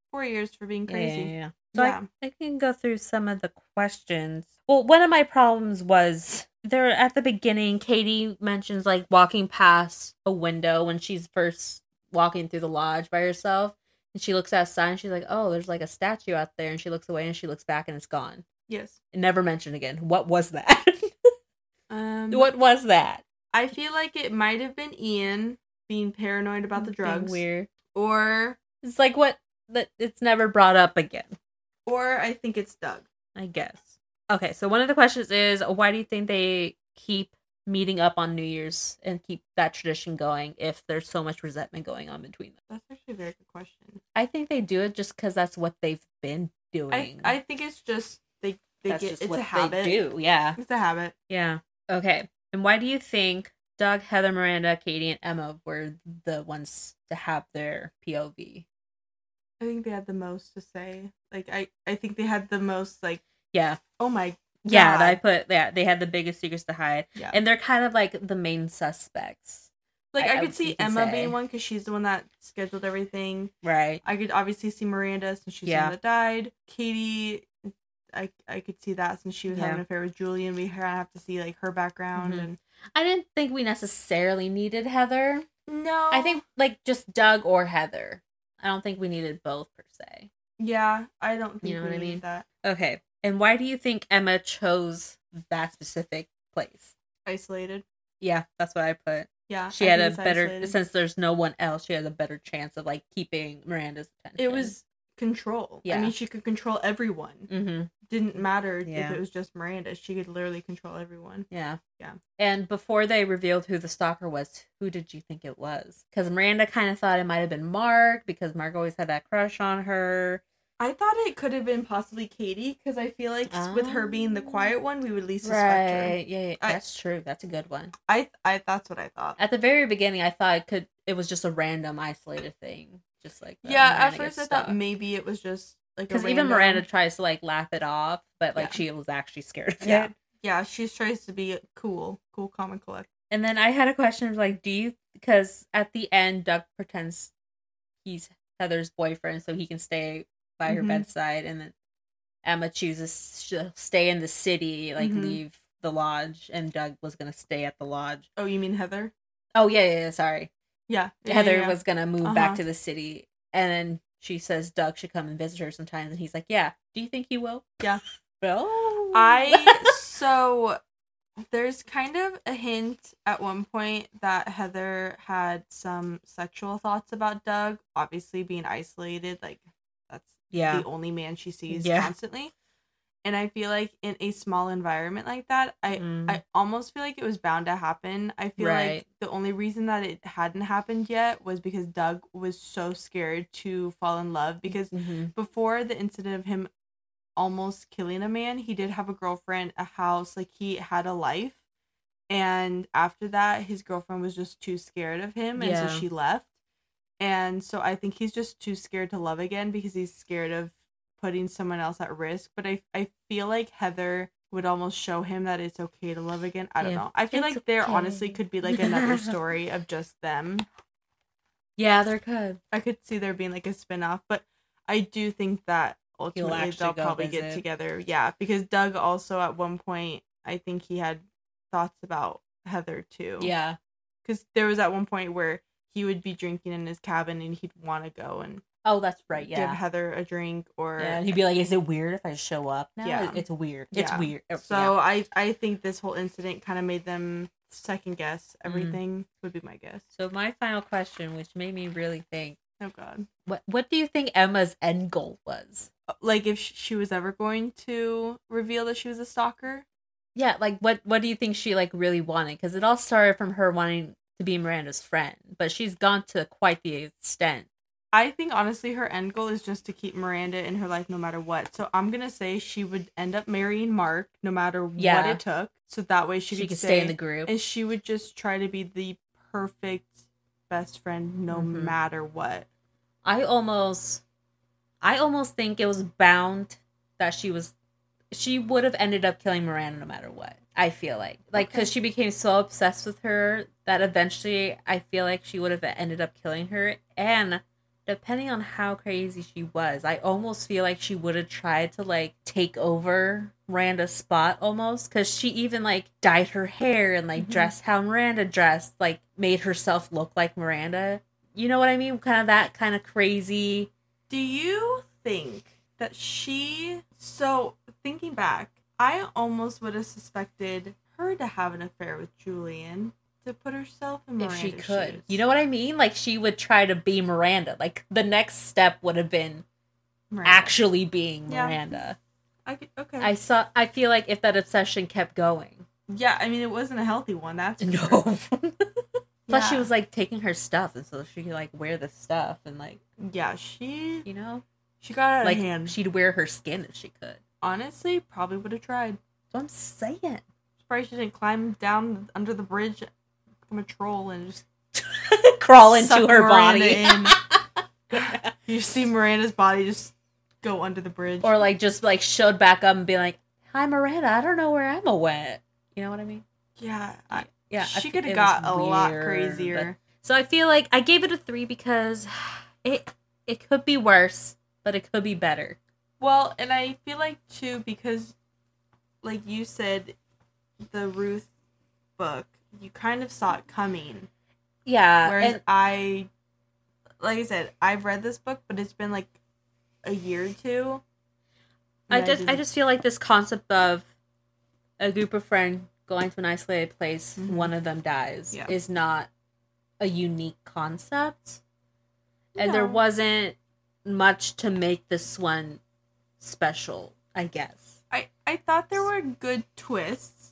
Four years for being Yeah, yeah, crazy. yeah, yeah. so Yeah. I, I can go through some of the questions well one of my problems was there at the beginning katie mentions like walking past a window when she's first walking through the lodge by herself and she looks outside and she's like oh there's like a statue out there and she looks away and she looks back and it's gone Yes. and never mentioned again what was that *laughs* Um, what was that I feel like it might have been Ian being paranoid about the Being drugs Weird. or It's like what that it's never brought up again. or I think it's Doug. I guess. Okay, so one of the questions is why do you think they keep meeting up on New Year's and keep that tradition going if there's so much resentment going on between them? That's actually a very good question. I think they do it just because that's what they've been I doing. I think it's just they they that's get just it's what a habit. they do. Yeah, It's a habit. yeah. Okay, and why do you think Doug, Heather, Miranda, Katie, and Emma were the ones to have their POV? I think they had the most to say. Like I I think they had the most like Yeah, oh my yeah. God. I put yeah. They had the biggest secrets to hide, Yeah. and they're kind of like the main suspects, like I- I, I could would see think it's Emma a- being one because she's the one that scheduled everything. right? I could obviously see Miranda since she's Yeah. the one that died. Katie, I I could see that since she was having Yeah. an affair with Julian. We kind of have to see like her background Mhm. and I didn't think we necessarily needed Heather. no, I think like just Doug or Heather. I don't think we needed both per se. yeah, I don't think know we what I need mean? that Okay. And why do you think Emma chose that specific place? isolated. Yeah, Yeah, that's what I put. Yeah, She I had think a it's better isolated. since there's no one else, she has a better chance of like keeping Miranda's attention. It was control. I Yeah. mean, she could control everyone. Mhm. Didn't matter Yeah. if it was just Miranda. She could literally control everyone. Yeah. Yeah. And before they revealed who the stalker was, who did you think it was? Cuz Miranda kind of thought it might have been Mark because Mark always had that crush on her. I thought it could have been possibly Katie because I feel like s- with her being the Ah. quiet one, we would least suspect her. Right. Yeah, yeah, I- that's true. That's a good one. I I that's what I thought. at the very beginning i thought it could it was just a random isolated thing just like the yeah, Miranda at first I gets thought stuck. maybe it was just like a because even random- miranda tries to like laugh it off but like Yeah. she was actually scared of Yeah. it Yeah, she tries to be cool, cool, calm, and collect. and then i had a question of like do you because at the end doug pretends he's heather's boyfriend so he can stay by her Mhm. bedside and then emma chooses to stay in the city like Mhm. leave the lodge and doug was gonna stay at the lodge Oh, you mean Heather? oh yeah yeah, yeah sorry Yeah, yeah, Heather yeah, yeah. was gonna move back Uh-huh. to the city, and then she says Doug should come and visit her sometimes, and he's like, "Yeah, do you think he will?" oh. Yeah. Well, I so there's kind of a hint at one point that Heather had some sexual thoughts about Doug. Obviously, being isolated, like that's *laughs* yeah, the only man she sees Yeah. constantly. And I feel like in a small environment like that, I Mm. I almost feel like it was bound to happen. I feel like Right. the only reason that it hadn't happened yet was because Doug was so scared to fall in love. Because Mhm. before the incident of him almost killing a man, he did have a girlfriend, a house, like he had a life. And after that, his girlfriend was just too scared of him. And Yeah. so she left. And so I think he's just too scared to love again because he's scared of putting someone else at risk. But I, I feel like Heather would almost show him that it's okay to love again. I don't Yeah. know. I feel It's like there okay. honestly could be *laughs* like another story of just them. yeah, there could. I could see there being like a spin off, but I do think that ultimately actually they'll go probably get visit. together. Yeah, because Doug also at one point I think he had thoughts about Heather too. Yeah, Because there was at one point where he would be drinking in his cabin and he'd want to go and oh, that's right. give Yeah, Heather a drink or yeah. And he'd be like, "Is it weird if I show up?" No, Yeah. it's weird. Yeah. It's weird. Oh, so yeah. I I think this whole incident kind of made them second guess Mm-hmm. everything would be my guess. so my final question, which made me really think, Oh god. what what do you think Emma's end goal was? Like if sh- she was ever going to reveal that she was a stalker, yeah like what what do you think she like really wanted because it all started from her wanting to be miranda's friend but she's gone to quite the extent I think honestly her end goal is just to keep Miranda in her life no matter what. So I'm gonna say she would end up marrying Mark no matter what Yeah. it took. So that way she, she, could could stay, stay in the group and she would just try to be the perfect best friend no Mhm. matter what. i almost i almost think it was bound that she was she would have ended up killing miranda no matter what i feel like like because she became so obsessed with her that eventually i feel like she would have ended up killing her and depending on how crazy she was, I almost feel like she would have tried to like take over Miranda's spot almost because she even like dyed her hair and like Mhm. dressed how Miranda dressed, like made herself look like Miranda. You know what I mean? Kind of that kind of crazy. Do you think that she so thinking back, I almost would have suspected her to have an affair with Julian to put herself in if Miranda's she could. shoes. You know what I mean? Like she would try to be Miranda. Like the next step would have been Miranda. actually being Yeah. Miranda. I could, okay. I saw I feel like if that obsession kept going. yeah, I mean it wasn't a healthy one. That's for sure. *laughs* No. Plus she Yeah. was like taking her stuff and so she could like wear the stuff and like Yeah, she you know she got out like of hand. She she'd wear her skin if she could. honestly probably would have tried. That's what I'm saying. Surprised she didn't climb down under the bridge, become a troll, and just Crawl into *laughs* suck her Miranda body. in. *laughs* *laughs* you see Miranda's body just go under the bridge. or like just like showed back up and be like, "Hi, Miranda. I don't know where Emma went." You know what I mean? yeah, I, Yeah, I she fe- could it have got was a lot weird, crazier. but- So I feel like I gave it a three because it it could be worse, but it could be better. Well, and I feel like too because, like you said, the Ruth book you kind of saw it coming. Yeah, Whereas and I, like I said, I've read this book, but it's been like a year or two. I and just I didn't- just feel like this concept of a group of friends going to an isolated place, Mhm. one of them dies, Yeah. is not a unique concept. and there No. wasn't much to make this one special i guess I I thought there were good twists.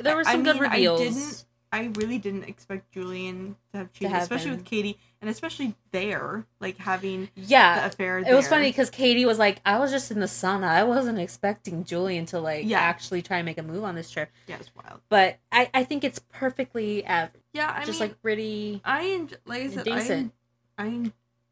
there were I some good mean, I reveals didn't- I really didn't expect Julian to have cheated, have especially been. with Katie, and especially there, like having the yeah affair. it was there. funny because katie was like i was just in the sauna i wasn't expecting julian to like Yeah. actually try and make a move on this trip Yeah, it's wild. but i i think it's perfectly average Yeah, I just mean, like pretty I enj- like I and said, decent. I, en- I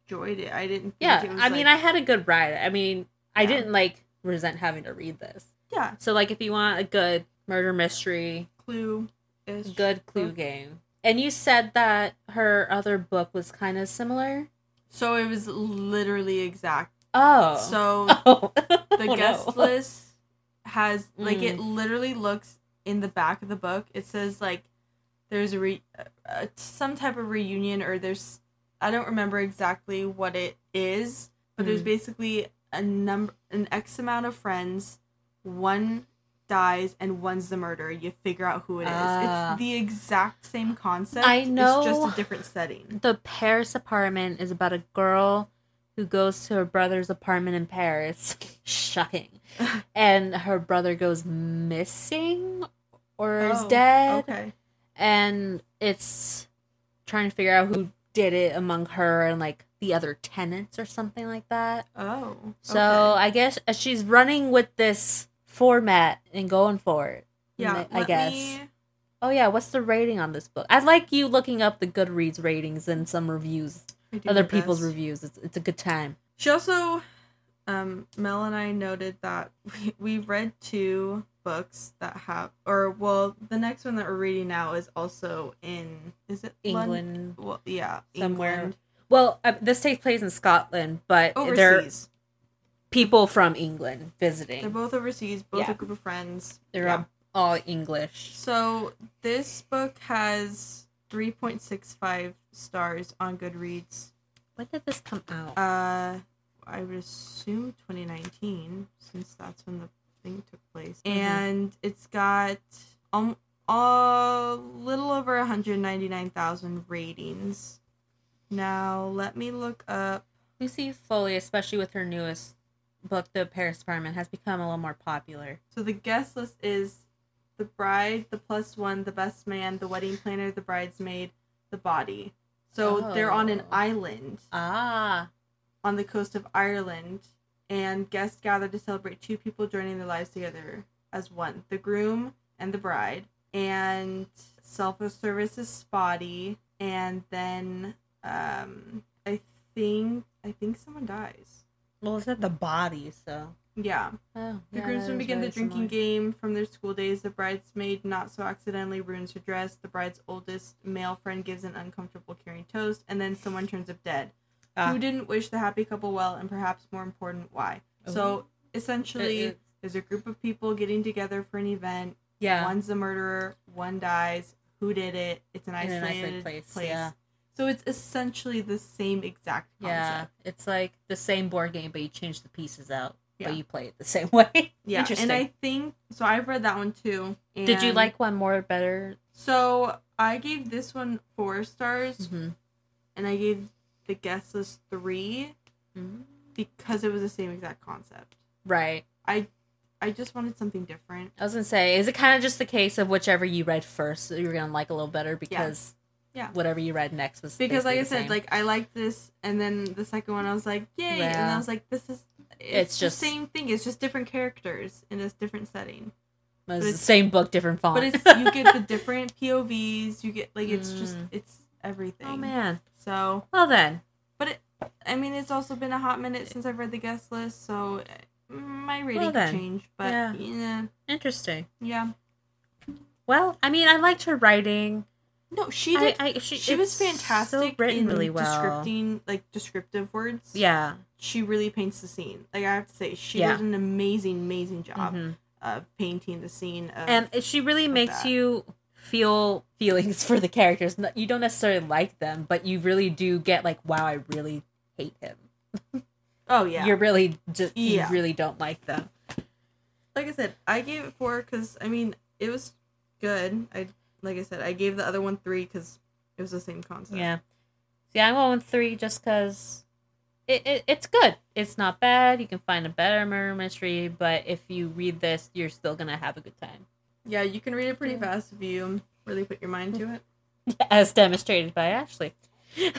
enjoyed it. I didn't. Think yeah it was, i mean i like- had a good ride i mean i Yeah. didn't like resent having to read this yeah, so like if you want a good murder mystery Clue It's is good clue game. And you said that her other book was kind of similar. So it was literally exact. Oh, *laughs* So oh. Mm. the guest list has like it literally looks in the back of the book it says like there's a re- uh, some type of reunion or there's i don't remember exactly what it is but there's Mm. basically a number an x amount of friends one dies and one's the murderer you figure out who it is Ah. it's the exact same concept I it's know. just a different setting The Paris apartment is about a girl who goes to her brother's apartment in Paris. *laughs* *laughs* Shocking. and her brother goes missing or is Oh, dead. okay And it's trying to figure out who did it among her and like the other tenants or something like that. oh So okay. I guess uh, she's running with this format and going for it. yeah I let guess. me- Oh yeah, what's the rating on this book? I like you looking up the Goodreads ratings and some reviews, I do other my people's best. reviews. It's it's a good time. She also, um, Mel and I noted that we, we read two books that have, or well, the next one that we're reading now is also in, is it Lon- England. Well, yeah, Somewhere. England. Well, uh, this takes place in Scotland, but there are overseas. people from England They're, visiting. both overseas, both Yeah. a group of friends. They're Yeah. all all English. So this book has three point six five stars on Goodreads. When did this come out? Uh, I would assume 2019, since that's when the thing took place. Mhm. And it's got um, a little over 199,000 ratings. Now, let me look up. Lucy Foley, especially with her newest book, The Paris Apartment, has become a little more popular. So the guest list is the bride, the plus one, the best man, the wedding planner, the bridesmaid, the body. So they're on an Oh. island. Ah, on the coast of Ireland, and guests gather to celebrate two people joining their lives together as one the groom and the bride. And self service is spotty, and then um, I think I think someone dies. well, it's not the body, so. Yeah. Oh, The groomsmen begin the drinking game from their school days. The bridesmaid not so accidentally ruins her dress. The bride's oldest male friend gives an uncomfortable carrying toast, and then someone turns up dead. Ah. Who didn't wish the happy couple well, and perhaps more important, why? Ooh. So essentially, Oh. It- it- there's a group of people getting together for an event. yeah, One's the murderer, one dies. Who did it? It's an In isolated, an isolated place. place, yeah. So it's essentially the same exact yeah. concept. It's like the same *laughs* board game, but you change the pieces out. Yeah. but you play it the same way. Yeah, Interesting. and I think so. I've read that one too. Did you and- like one more better? So I gave this one four stars, Mm-hmm. Mhm. and I gave the guest list three Mm-hmm. because it was the same exact concept. Right. I just wanted something different. I was gonna say, is it kind of just the case of whichever you read first, you're gonna like a little better because Yeah. whatever you read next was Because, basically like I the said, same. like I liked this, and then the second one I was like, yay! And then Yeah. I was like, this is It's it's, just- just the same thing. It's just different characters in this different setting. It was but the it's- same book, different font. But *laughs* it's you get the different POVs. You get like it's just Mm. it's everything. oh man. So Well then, I mean, it's also been a hot minute since I've read the guest list, so uh, my rating Well could then. change. But Yeah. yeah. yeah, interesting. Well, I mean, I liked her writing. No, she I, did. I, she, she was it's so fantastic written in really well. descripting like descriptive words. Yeah. she really paints the scene. Like I have to say, she Yeah. did an amazing, amazing job mhm. of painting the scene. Of, and it- she really of makes that. you feel feelings for the characters. No- You don't necessarily like them, but you really do get like, wow, I really hate him. oh yeah, You're really just Yeah. you really don't like them. like I said, I gave it four because I mean it was good. I like I said, I gave the other one three because it was the same concept. Yeah. See, I went with three just because it, it it's good. It's not bad. You can find a better murder mystery, but if you read this, you're still gonna have a good time, yeah, you can read it pretty fast if you really put your mind to it. as demonstrated by Ashley. *laughs* *laughs*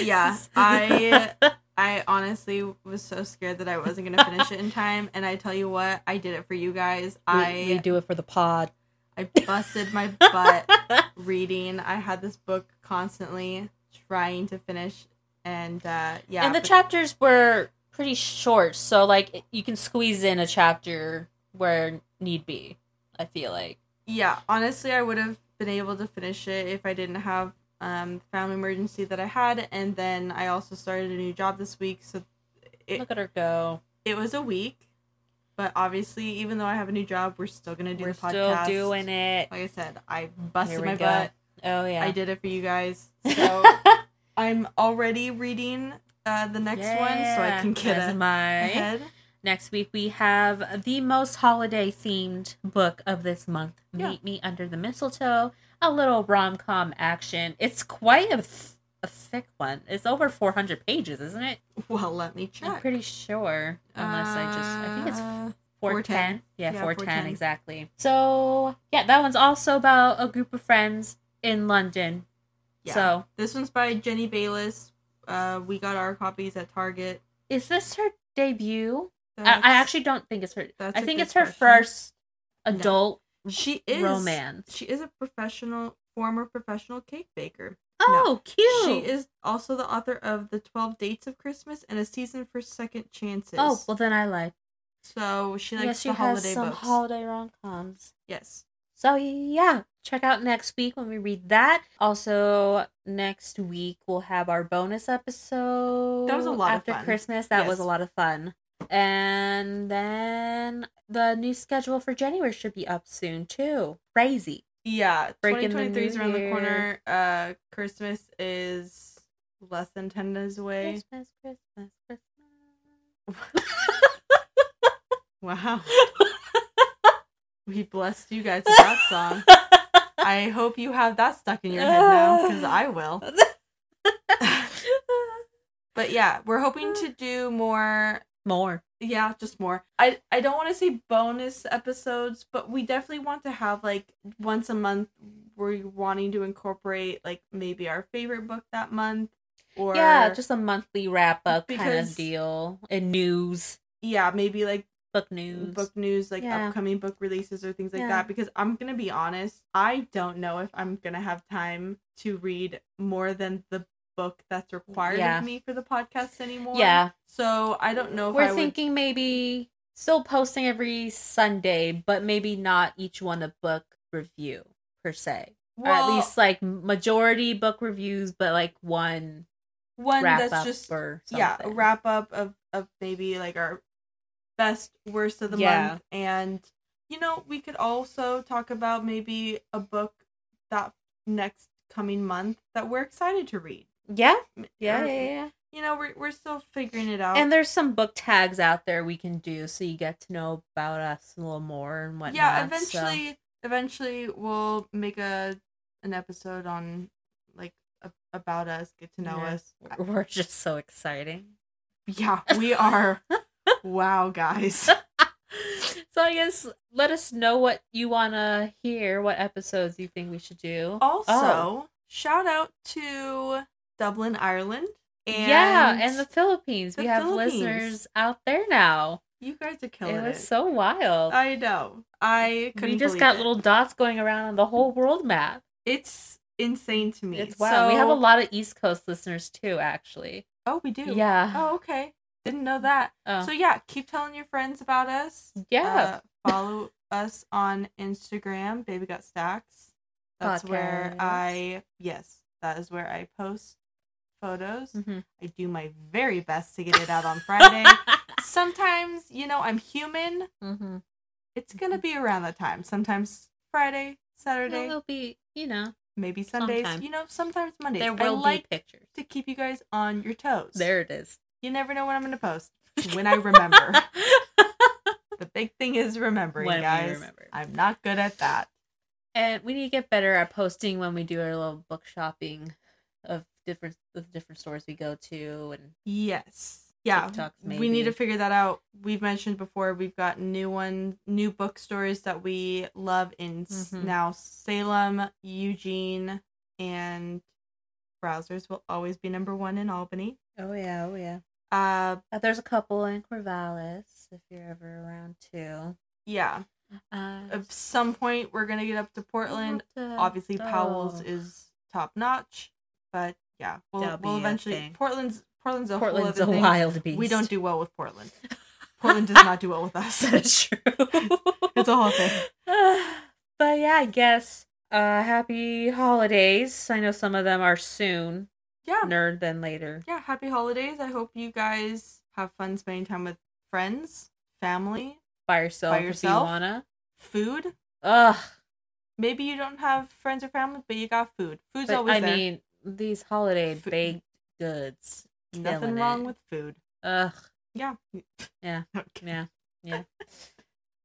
Yeah, I- I honestly was so scared that I wasn't gonna finish it in time, and I tell you what, I did it for you guys. I we, we I do it for the pod. I busted my *laughs* butt reading. I had this book constantly trying to finish, and uh, yeah, and the but- chapters were pretty short so like it- you can squeeze in a chapter where need be i feel like yeah, honestly, I would have been able to finish it if I didn't have um the family emergency that I had, and then I also started a new job this week, so it look at her go it was a week. But obviously, even though I have a new job, we're still gonna do we're the podcast. still doing it Like I said, I busted we my go. butt. oh yeah I did it for you *laughs* guys. So I'm already reading uh, the next one, so I can get a- my ahead. next week we have the most holiday themed book of this month Yeah. meet me under the mistletoe a little rom-com action it's quite a, th- a thick one it's over 400 pages isn't it Well, let me check. i'm pretty sure unless i just i think it's Uh, 410. 410. Yeah, Yeah, 410, 410. exactly. So, yeah, that one's also about a group of friends in London. yeah. So, this one's by Jenny Bayless. Uh, we got our copies at Target. is this her debut? I, That's- I actually don't think it's her. that's I a think good it's her question. first No. adult she is romance. She is a professional, former professional cake baker. Oh, cute. She is also the author of the Twelve Dates of Christmas and a season for Second Chances. Oh, well, then I like. so she likes yeah, she the has holiday some books. holiday rom coms. yes. So yeah, check out next week when we read that. Also, next week we'll have our bonus episode. That was a lot of after fun. Christmas. That was Yes. a lot of fun. And then the new schedule for January should be up soon too. Crazy. Yeah, Breaking the 2023 is new around the year. corner. Uh, Christmas is less than 10 days away. Christmas, Christmas, Christmas. *laughs* Wow. we blessed you guys with that song. *laughs* *laughs* I hope you have that stuck in your head now because I *laughs* will. But yeah, we're hoping to do *laughs* more. More. Yeah, just more. I, I don't want to say bonus episodes, but we definitely want to have like once a month. We're wanting to incorporate like maybe our favorite book that month, or yeah, just a monthly wrap up kind of Because- deal and news, yeah, maybe like book news. book news, like Yeah. upcoming book releases or things like Yeah. that. Because I'm gonna be honest, I don't know if I'm gonna have time to read more than the book that's required Yeah. of me for the podcast anymore. Yeah, So I don't know if We're I would- thinking maybe still posting every Sunday, but maybe not each one a book review per se. or at Well, least like majority book reviews, but like one one wrap that's up just or something. yeah a wrap up of of maybe like our best worst of the Yeah. month, and you know we could also talk about maybe a book that next coming month that we're excited to read. Yeah, M- yeah, or- yeah, yeah. you know, we're, we're still figuring it out. And there's some book tags out there we can do so you get to know about us a little more and whatnot. yeah, so- eventually, eventually we'll make a an episode on like a, about us, get to know Yeah. *laughs* us. *laughs* We're just so exciting. Yeah, we are. wow, guys. *laughs* so I guess let us know what you wanna hear, what episodes you think we should do. Also, *laughs* Oh. shout out to Dublin, Ireland. And yeah, and the Philippines. the we have Philippines. listeners out there now. you guys are killing it it. was so wild. I know. I couldn't. we just believe got it. little dots going around on the whole world map. It's insane to me. It's wild. we have a So- lot of East Coast listeners too, actually. Oh, we do. Yeah. Oh, okay. Didn't know that. Oh. So yeah, keep telling your friends about us. yeah. Uh, follow us on Instagram, Baby Got Stacks. That's where Podcast. I yes, that is where I post photos. Mhm. I do my very best to get it out on *laughs* Friday. Sometimes, you know, I'm human. Mhm. It's gonna be around that time. Sometimes Friday, Saturday, It'll be, you know, maybe Sundays. sometime. You know, sometimes Mondays. there I will like be pictures. to keep you guys on your toes. There it is. *laughs* You never know when I'm gonna post. When I remember. the big thing is remembering, When we guys. remember. I'm not good at that. and we need to get better at posting when we do our little book shopping of different of different stores we go to and Yes. Yeah. TikToks, We need maybe. to figure that out. We've mentioned before we've got new one new bookstores that we love in s- Mhm. now Salem, Eugene, and browsers will always be number one in Albany. oh yeah oh yeah Uh Uh, there's a couple in Corvallis if you're ever around too. yeah. Uh, At some point we're gonna get up to Portland. Obviously Powell's is top notch, but yeah, we'll, That'll we'll be a eventually thing. Portland's Portland's a Portland's whole other a thing. wild beast. We don't *laughs* do well with Portland. Portland does not do well with us. That's true. It's a whole thing. *laughs* but yeah, I guess. Uh, happy holidays. I know some of them are soon. Yeah. Nerd then later. Yeah. Happy holidays. I hope you guys have fun spending time with friends, family, By yourself, if yourself? you wanna. food. Ugh. Maybe you don't have friends or family, but you got food. Food's But, always I there. mean, these holiday Fu- baked goods. Nothing killing wrong it. with food. Ugh. Yeah. Yeah. *laughs* Okay. Yeah. *laughs* Yeah.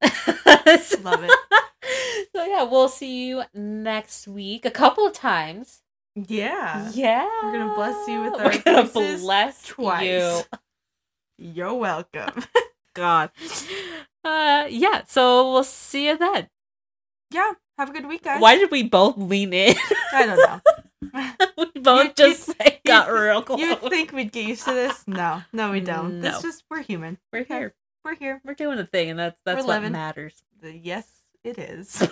*laughs* Love *laughs* it. So yeah, we'll see you next week a couple of times. Yeah. yeah. We're gonna bless you with We're our gonna voices bless twice. you. *laughs* You're welcome. *laughs* God. Uh yeah, so we'll see you then. yeah. Have a good week, guys. Why did we both lean in? *laughs* I don't know. we both You- just you- like, got real close. You think we'd get used to this? No. No, we don't. No. It's just we're human. We're here. We're here. We're doing a thing and that's that's We're what living. matters. Yes, it is. *laughs*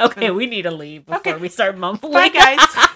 Okay, we need to leave before Okay. we start mumbling. *laughs* Bye, guys.